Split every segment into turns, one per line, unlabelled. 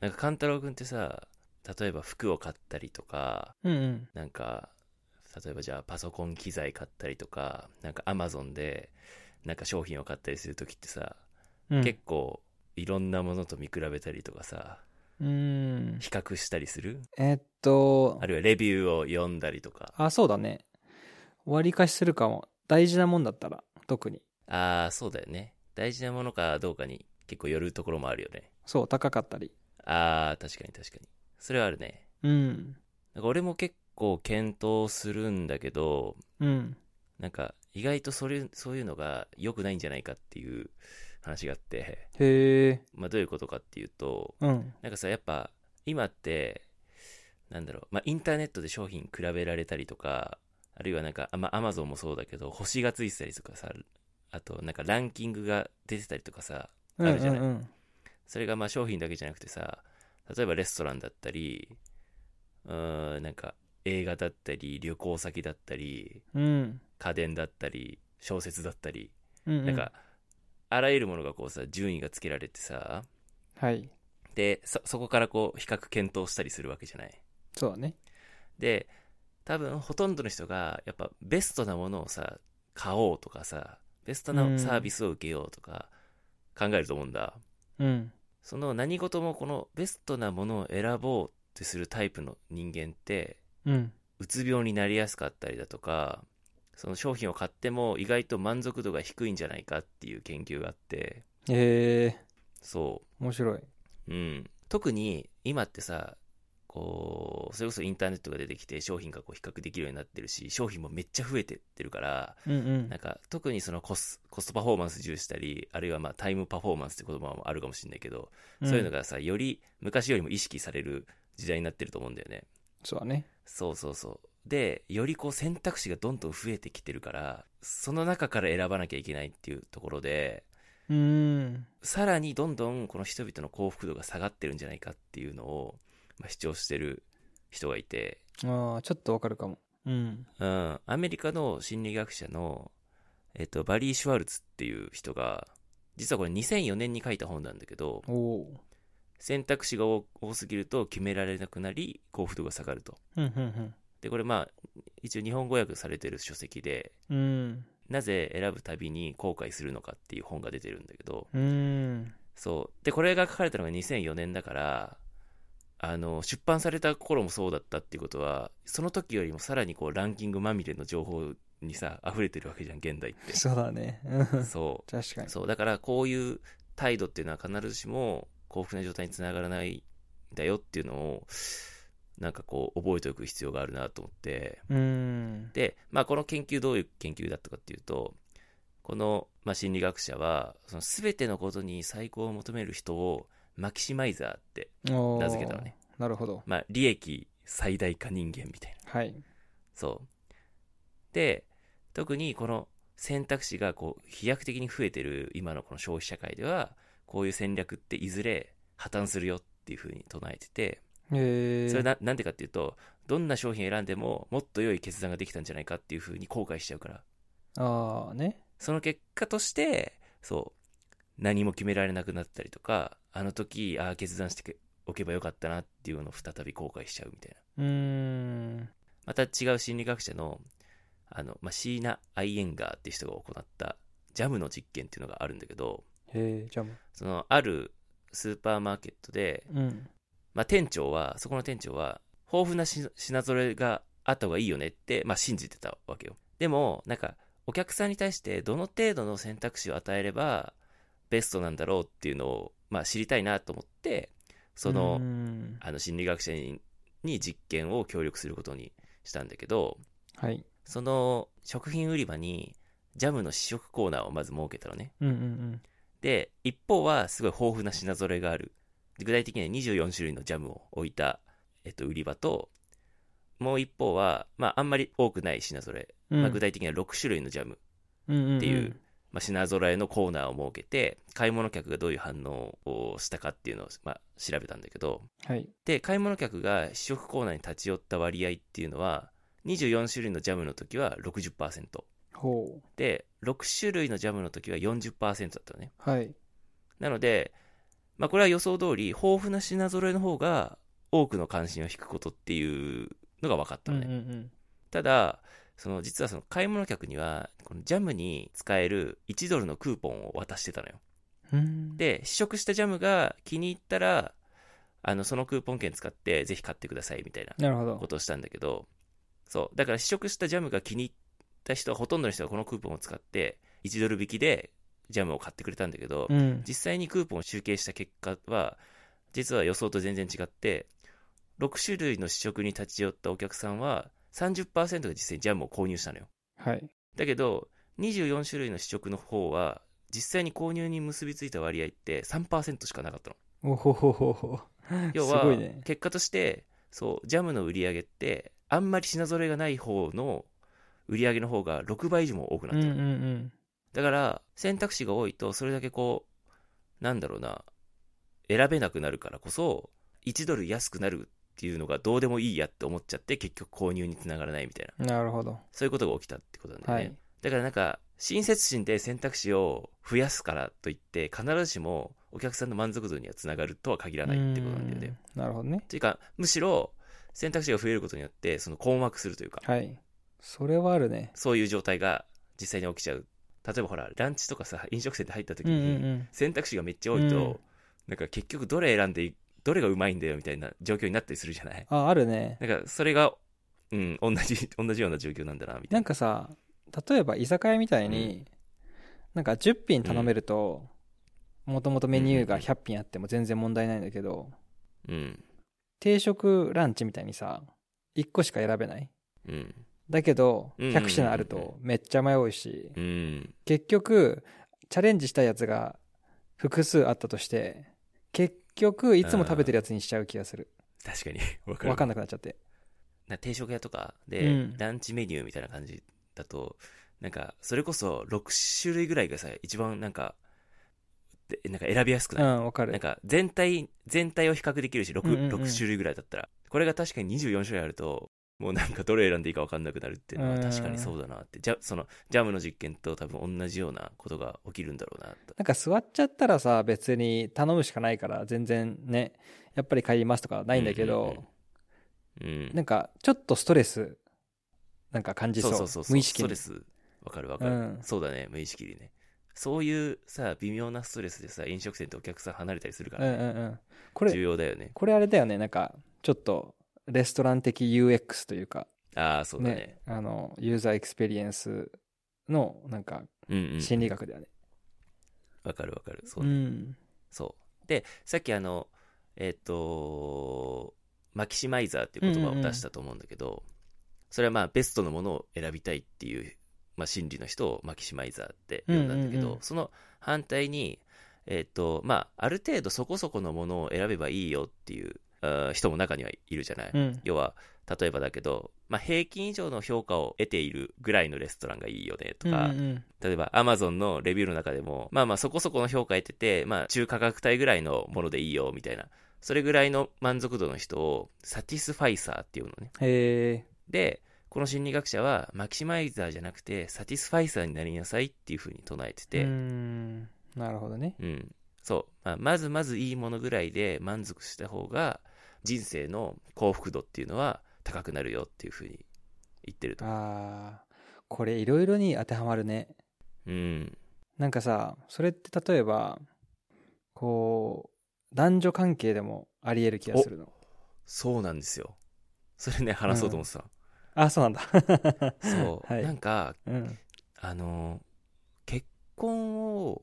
なんか、勘太郎くんってさ、例えば服を買ったりとか、
うんうん。
なんか、例えばじゃあパソコン機材買ったりとか、なんかアマゾンで、なんか商品を買ったりするときってさ、
うん、
結構いろんなものと見比べたりとかさ、
うん。
比較したりする
えっと
あ、るいはレビューを読んだりとか。
あ、そうだね。割りかしするかも。大事なもんだったら、特に。
ああ、そうだよね。大事なものかどうかに結構よるところもあるよね。
そう、高かったり。
ああ、確かに確かに。それはあるね。
うん。
なんか俺も結構検討するんだけど、
うん。
なんか意外とそれ、そういうのが良くないんじゃないかっていう話があって、
へえ。
まあ、どういうことかっていうと
うん。
なんかさやっぱ今ってなんだろう、まあ、インターネットで商品比べられたりとかあるいはなんか、あまあ、アマゾンもそうだけど星がついてたりとかさあとなんかランキングが出てたりとかさあるじゃない
うんうん
それがまあ商品だけじゃなくてさ例えばレストランだったりうーんなんか映画だったり旅行先だったり
うん。うん。
家電だったり小説だったり、
うんうん
なんかあらゆるものがこうさ順位がつけられてさ
はい。
でそそこからこう比較検討したりするわけじゃない
そうだね。
で多分ほとんどの人がやっぱベストなものをさ買おうとかさベスト
うん
なサービスを受けようとか考えると思うんだ、
うん。
その何事もこのベストなものを選ぼうってするタイプの人間って
うん。
うつ病になりやすかったりだとかその商品を買っても意外と満足度が低いんじゃないかっていう研究があって
へえ。
そう
面白い。
うん、特に今ってさこうそれこそインターネットが出てきて商品がこう比較できるようになってるし商品もめっちゃ増えてってるから
うんうん
なん。か特にそのコスコストパフォーマンス重視したりあるいはまあタイムパフォーマンスって言葉もあるかもしれないけど、
ん
そういうの。がさより昔よりも意識される時代になってると思うんだよね
そうだね。
そうそうそうでよりこう選択肢がどんどん増えてきてるからその中から選ばなきゃいけないっていうところで
うーん。
さらにどんどんこの人々の幸福度が下がってるんじゃないかっていうのを、まあ、主張してる人がいて、
ああ、ちょっとわかるかも。うん。
うん、アメリカの心理学者の、えっと、バリー・シュワルツっていう人が実はこれ2004年に書いた本なんだけど
おお
選択肢が多多すぎると決められなくなり幸福度が下がると
ー。うんうん
でこれまあ一応日本語訳されてる書籍で
うん。うん。
なぜ選ぶたびに後悔するのかっていう本が出てるんだけど
うーん。
そう。で、これが書かれたのが2004年だから、あの、出版された頃もそうだったっていうことは、その時よりもさらにこう、ランキングまみれの情報にさ、溢れてるわけじゃん、現代っ て。
そうだね。うん
そ
確か
う。
に。
そう。だから、こういう態度っていうのは必ずしも幸福な状態につながらないんだよっていうのを、なんかこう、覚えておく必要があるなと思って。
うーん。
で、まあ、この研究どういう研究だったかっていうとこの、まあ、心理学者はその全てのことに最高を求める人をマキシマイザーって、
おー
名付けたのね。
なるほど。
まあ、利益最大化人間みたいな
はい。
そうで特にこの選択肢がこう飛躍的に増えてる今のこの消費社会ではこういう戦略っていずれ破綻するよっていうふうに唱えてて
へえ。
それななんでかっていうとどんな商品選んでももっと良い決断ができたんじゃないかっていうふうに後悔しちゃうから
ああ、ね。
その結果として、そう、何も決められなくなったりとか、あの時、ああ、決断してけおけばよかったなっていうのを再び後悔しちゃうみたいな。
うーん。
また違う心理学者の、あの、まあ、シーナ・アイエンガーっていう人が行った、ジャムの実験っていうのがあるんだけど、
へえ、じゃあも
その、あるスーパーマーケットで、
う。うん。
まあ、店長は、そこの店長は、豊富なし品揃えがあった方がいいよねって、まあ、信じてたわけよ。でも、なんか、お客さんに対してどの程度の選択肢を与えればベストなんだろうっていうのを、まあ、知りたいなと思って、そう
ー
の、
ん
あの、心理学者にに実験を協力することにしたんだけど、
はい。
その食品売り場にジャムの試食コーナーをまず設けたのね。
うんうん
で、一方はすごい豊富な品揃えがある。で具体的には24種類のジャムを置いた、えっと、売り場と、もう一方は、まあ、あんまり多くない品揃え。
うん。
まあ、具体的には6種類のジャム、
って
いうまあ、品揃えのコーナーを設けて、買い物客がどういう反応をしたかっていうのを、まあ、調べたんだけど、
はい。
で、買い物客が試食コーナーに立ち寄った割合っていうのは、24種類のジャムの時は60%。
ほう。
で、6種類のジャムの時は40%だったのね。
はい。
なので、まあ、これは予想通り、豊富な品揃えの方が多くの関心を引くことっていうのが分かった
うん
の
う
ね。
んうん
ただ、その実はその買い物客には、このジャムに使える1ドルのクーポンを渡してたのよ。
うん
で、試食したジャムが気に入ったら、あの、そのクーポン券使ってぜひ買ってくださいみたいな
なるほど
ことをしたんだけど、そう。だから試食したジャムが気に入った人は、ほとんどの人がこのクーポンを使って、1ドル引きでジャムを買ってくれたんだけど、
うん
実際にクーポンを集計した結果は、実は予想と全然違って、6種類の試食に立ち寄ったお客さんは、30%が実際にジャムを購入したのよ。
はい
だけど、24種類の試食の方は、実際に購入に結びついた割合って3%しかなかった の。
おほほほほ
要
す
は
ごいね、
結果として、そう、ジャムの売り上げって、あんまり品揃えがない方の売り上げの方が6倍以上も多くな
う
っ
ん
て
うん
る。
うん
だから、選択肢が多いと、それだけこう、なんだろうな、選べなくなるからこそ、1ドル安くなるっていうのがどうでもいいやって思っちゃって、結局購入につながらないみたいな、
なるほど
そういうことが起きたってことなんだよ
は
ね。
い
だからなんか、親切心で選択肢を増やすからといって、必ずしもお客さんの満足度にはつながるとは限らないってことなんだよね。
うんなるほどね
というか、むしろ、選択肢が増えることによって、その困惑するというか、
はいそれはあるね
そういう状態が実際に起きちゃう。例えばほら、ランチとかさ、飲食店で入った時
うん
に、
うん
選択肢がめっちゃ多いと、
うん
なんか結局どれ選んでいどれがうまいんだよみたいな状況になったりするじゃ ない
ああるね
なんかそれがうん同じ 同じような状況なんだなみた
ないん
な
かさ例えば居酒屋みたいに、なんか10品頼めるともともとメニューが100品あっても全然問題ないんだけど
うん
定食ランチみたいにさ1個しか選べない
うん
だけど
うんうんうんうん
100品あるとめっちゃ迷うし
うん
結局チャレンジしたやつが複数あったとして結局いつも食べてるやつにしちゃう気がする
確かに わかる
分かんなくなっちゃって
な定食屋とかで、
うん
ランチメニューみたいな感じだとなんかそれこそ6種類ぐらいがさ一番なんかでなんか選びやすく
う
ない、
ん分か
なん
る
か全体全体を比較できるし 6,、
うんうんうん
六種類ぐらいだったらこれが確かに24種類あるともうなんかどれ選んでいいか分かんなくなるっていうの
う
は
ん
確かにそうだなってじゃそのジャムの実験と多分同じようなことが起きるんだろうなと
なんか座っちゃったらさ別に頼むしかないから全然ねやっぱり帰りますとかないんだけど、
うんうんうん、うん
なんかちょっとストレスなんか感じそう
そうそうそう
無意識
スト
に
レスわかるわかる、
うん
そうだね無意識にねそういうさ微妙なストレスでさ飲食店とお客さん離れたりするか
うんう
ら、
ん
ね
うんこ
重
れ
要だよね
これあれだよねなんかちょっとレストラン的 UX というか
ああそうだね
あのユーザーエクスペリエンスのなんか
うんうん
心理学だよね
わかるわかるそううだね
ん
そう。で、さっきあの、えっ、と、マキシマイザーっていう言葉を出したと思うんだけど、それはまあベストのものを選びたいっていう、まあ、心理の人をマキシマイザーって呼んだんだけど、
うんうんうん
その反対に、えっ、と、まあ、ある程度そこそこのものを選べばいいよっていうあー人も中にはいるじゃない。
うん
要は、例えばだけど、まあ、平均以上の評価を得ているぐらいのレストランがいいよねとか、
うんうん
例えば Amazon のレビューの中でも、まあまあそこそこの評価得てて、まあ中価格帯ぐらいのものでいいよみたいな、それぐらいの満足度の人をサティスファイサーっていうのね。
へ
で、この心理学者はマキシマイザーじゃなくてサティスファイサーになりなさいっていうふうに唱えて
え
て、うん、
なるほどね
そう、まあ、まずまずいいものぐらいで満足した方が人生の幸福度っていうのは高くなるよっていうふうに言ってると。
あーこれいろいろに当てはまるね
うん、
なんかさそれって例えばこう男女関係でもありえる気がするの
そうなんですよ。それね、話そうと思ってた。
あそうなんだ
そう、
はい
なんか
うん
あの結婚を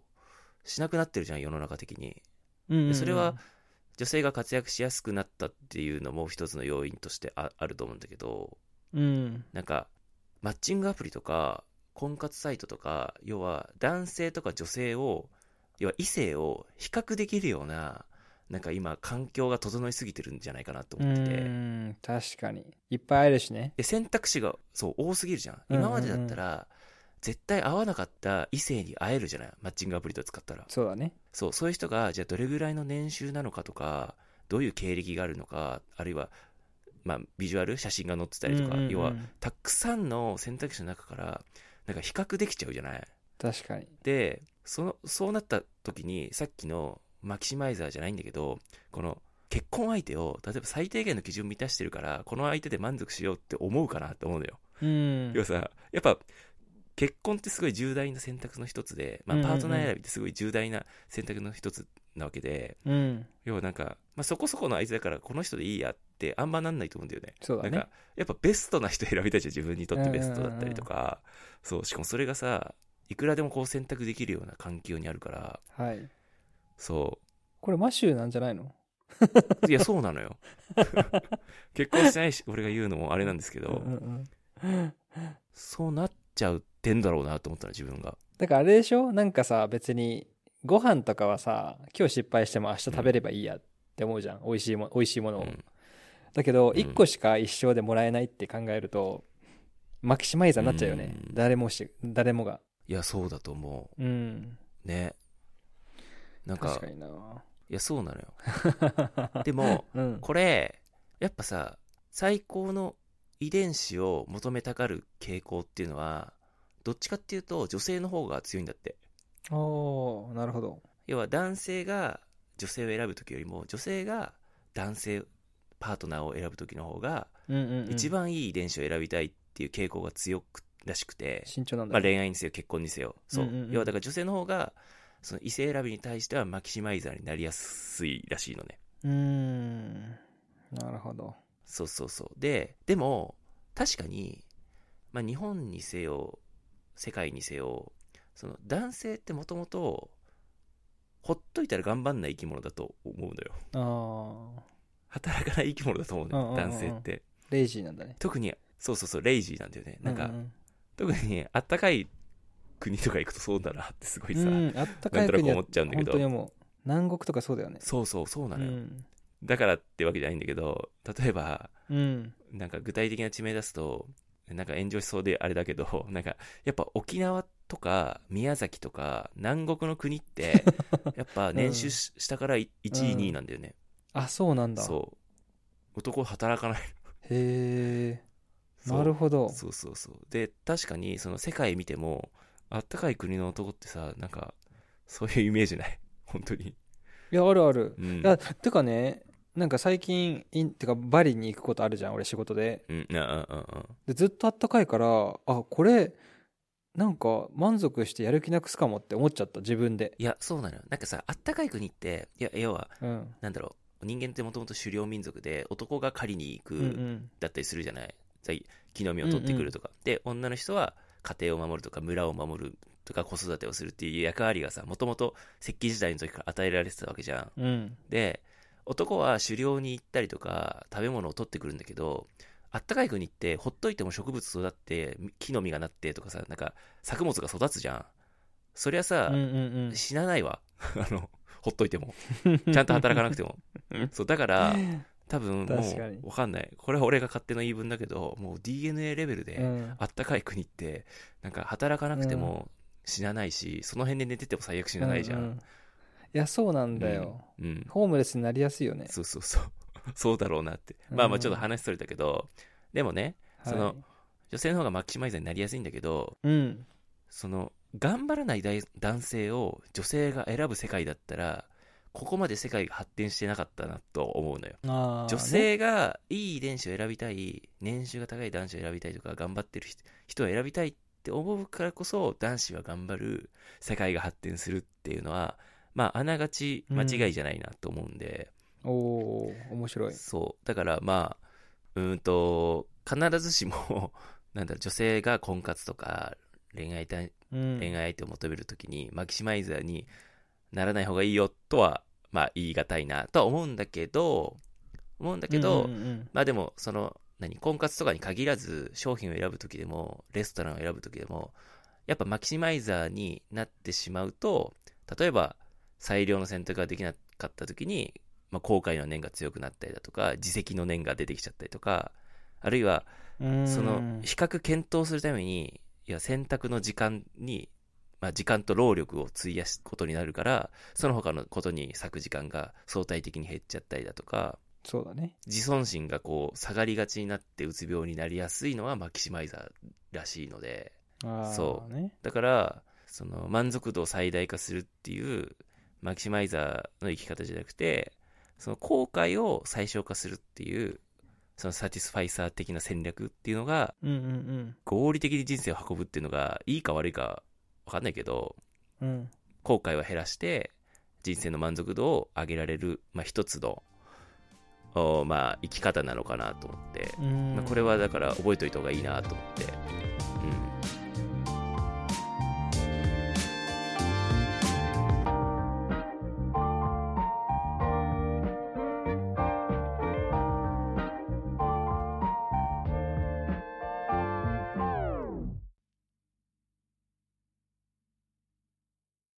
しなくなってるじゃん世の中的に
うんうんうん
それは女性が活躍しやすくなったっていうのも一つの要因としてああると思うんだけど
うん
なんかマッチングアプリとか婚活サイトとか要は男性とか女性を要は異性を比較できるようななんか今環境が整いすぎてるんじゃないかなと
う
思ってて、
ん確かにいっぱいあるしね
で選択肢がそう多すぎるじゃん
うんうんうん
今までだったら絶対会わなかった異性に会えるじゃないマッチングアプリとか使ったら
そうだね
そうそういう人がじゃあどれぐらいの年収なのかとかどういう経歴があるのかあるいは、まあ、ビジュアル写真が載ってたりとか、
うんうんうん
要はたくさんの選択肢の中からなんか比較できちゃうじゃない
確かに
でそのそうなった時にさっきのマキシマイザーじゃないんだけど、この結婚相手を、例えば最低限の基準満たしてるから、この相手で満足しようって思うかなって思うのよ。
うん
要はさ、やっぱ、結婚ってすごい重大な選択の一つで、まあ、
うんうん
パ
うん
ートナー選びってすごい重大な選択の一つなわけで、
うん
要はなんか、まあ、そこそこの相手だからこの人でいいやってあんまなんないと思うんだよね。
そうだ
なん
ね
かやっぱベストな人選びたいじゃん自分にとってベストだったりとか、そうしかもそれがさいくらでもこう選択できるような環境にあるから
はい
そ
これマシューなんじゃないの
ういやそうなのよ 結婚してないし俺が言うのもあれなんですけど、
うんうんうん
そうなっちゃうってんだろうなと思ったの自分が
だからあれでしょなんかさ別にご飯とかはさ今日失敗しても明日食べればいいやって思うじゃん、美味しいも美味しいものを、
うん
だけど
うん
1個しか一生でもらえないって考えると、マキシマイザーになっちゃうよね、
うん
誰もし誰もが
いやそうだと思
うん
うねなんか
確かにない
やそうなのよでも
うん
これやっぱさ最高の遺伝子を求めたがる傾向っていうのはどっちかっていうと女性の方が強いんだって
おーなるほど
要は男性が女性を選ぶ時よりも女性が男性パートナーを選ぶ時の方が
うんうん、うん、
一番いい遺伝子を選びたいっていう傾向が強くらしくて、
慎重なん
ま
だ
あ、
ね、
恋愛にせよ結婚にせよそう,、
うんうんうん
要はだから女性の方がその異性選びに対してはマキシマイザーになりやすいらしいのね
うーんなるほど
そうそうそうででも確かに、まあ、日本にせよ世界にせよその男性ってもともとほっといたら頑張んない生き物だと思うのよ
あー
働かない生き物だと思うね、
うんうんうん
男性って
レイジーなんだね
特にそうそうそうレイジーなんだよねなんか、
うう
特にあったかい国とか行くとそうだなってすごいさ、
うん、あった
なん
かい
となく
国
思
は
っちゃうんだけ
本当に
ど
もう南国とかそうだよね
そうそうそうな
う
のよ、
ん
だからってわけじゃないんだけど例えば
うん
なんか具体的な地名出すとなんか炎上しそうであれだけど なんかやっぱ沖縄とか宮崎とか南国の国って やっぱ年収し下から1位
うん
2位なんだよね、
あそうなんだへ
そう男働かない
え
そう
なるほど
そうそうそうで確かにその世界見てもあったかい国の男ってさなんかそういうイメージない本当に
いやあるある
うん
いやてかねなんか最近インてかバリに行くことあるじゃん俺仕事で
うんうんうんうん
でずっとあったかいからあこれなんか満足してやる気なくすかもって思っちゃった自分で
いやそうなのよなんかさあったかい国っていや要は
うん
なんだろう人間ってもともと狩猟民族で男が狩りに行
うんう
く
ん
だったりするじゃない、さ木の実を取ってくるとか、で女の人は家庭を守るとか村を守るとか子育てをするっていう役割がさもともと石器時代の時から与えられてたわけじゃん
うん
で男は狩猟に行ったりとか食べ物を取ってくるんだけどあったかい国ってほっといても植物育って木の実がなってとかさなんか作物が育つじゃんそりゃさ、
うんうん
死なないわ あのほっといて もちゃんと働かなくてもそうだから多分も
確かに
うわかんないこれは俺が勝手な言い分だけどもう DNA レベルで、
うん
あったかい国ってなんか働かなくても死なないし、その辺で寝てても最悪死なないじゃん、
うういやそうなんだよ、
うんうん
ホームレスになりやすいよね
そうそうそう。 そうだろうなって。
うん
まあまあちょっと話それたけど、でもね、そ
は
の
い、
女性の方がマキシマイザーになりやすいんだけど、
うん
その、頑張らない大男性を女性が選ぶ世界だったら、ここまで世界が発展してなかったなと思うのよ。
あー
女性がいい遺伝子を選びたい、年収が高い男子を選びたいとか、頑張ってる人人を選びたいって思うからこそ、男子は頑張る、世界が発展するっていうのは、まあ、あながち間違いじゃないなと思うんで、
おおー面白い
そうだからまあうーんと必ずしも なんだろう女性が婚活とか恋愛対
うん
恋愛相手を求めるときに、マキシマイザーにならない方がいいよとはまあ言い難いなとは思うんだけど思うんだけど、
うんうんうん
まあでもその何婚活とかに限らず商品を選ぶときでもレストランを選ぶときでもやっぱマキシマイザーになってしまうと例えば最良の選択ができなかったときに、まあ、後悔の念が強くなったりだとか自責の念が出てきちゃったりとかあるいは
うん
その比較検討するためにいや選択の時間に、まあ、時間と労力を費やすことになるからその他のことに割く時間が相対的に減っちゃったりだとか
そうだね
自尊心がこう下がりがちになってうつ病になりやすいのはマキシマイザーらしいので
あー
そう
ね
だからその満足度を最大化するっていうマキシマイザーの生き方じゃなくて、その後悔を最小化するっていう、そのサティスファイサー的な戦略っていうのが、
うんうん
合理的に人生を運ぶっていうのが、いいか悪いかわかんないけど、
うんうん
後悔を減らして、人生の満足度を上げられる、まあ、一つの、おまあ、生き方なのかなと思って、
うん
まあ、これはだから覚えておいた方がいいなと思って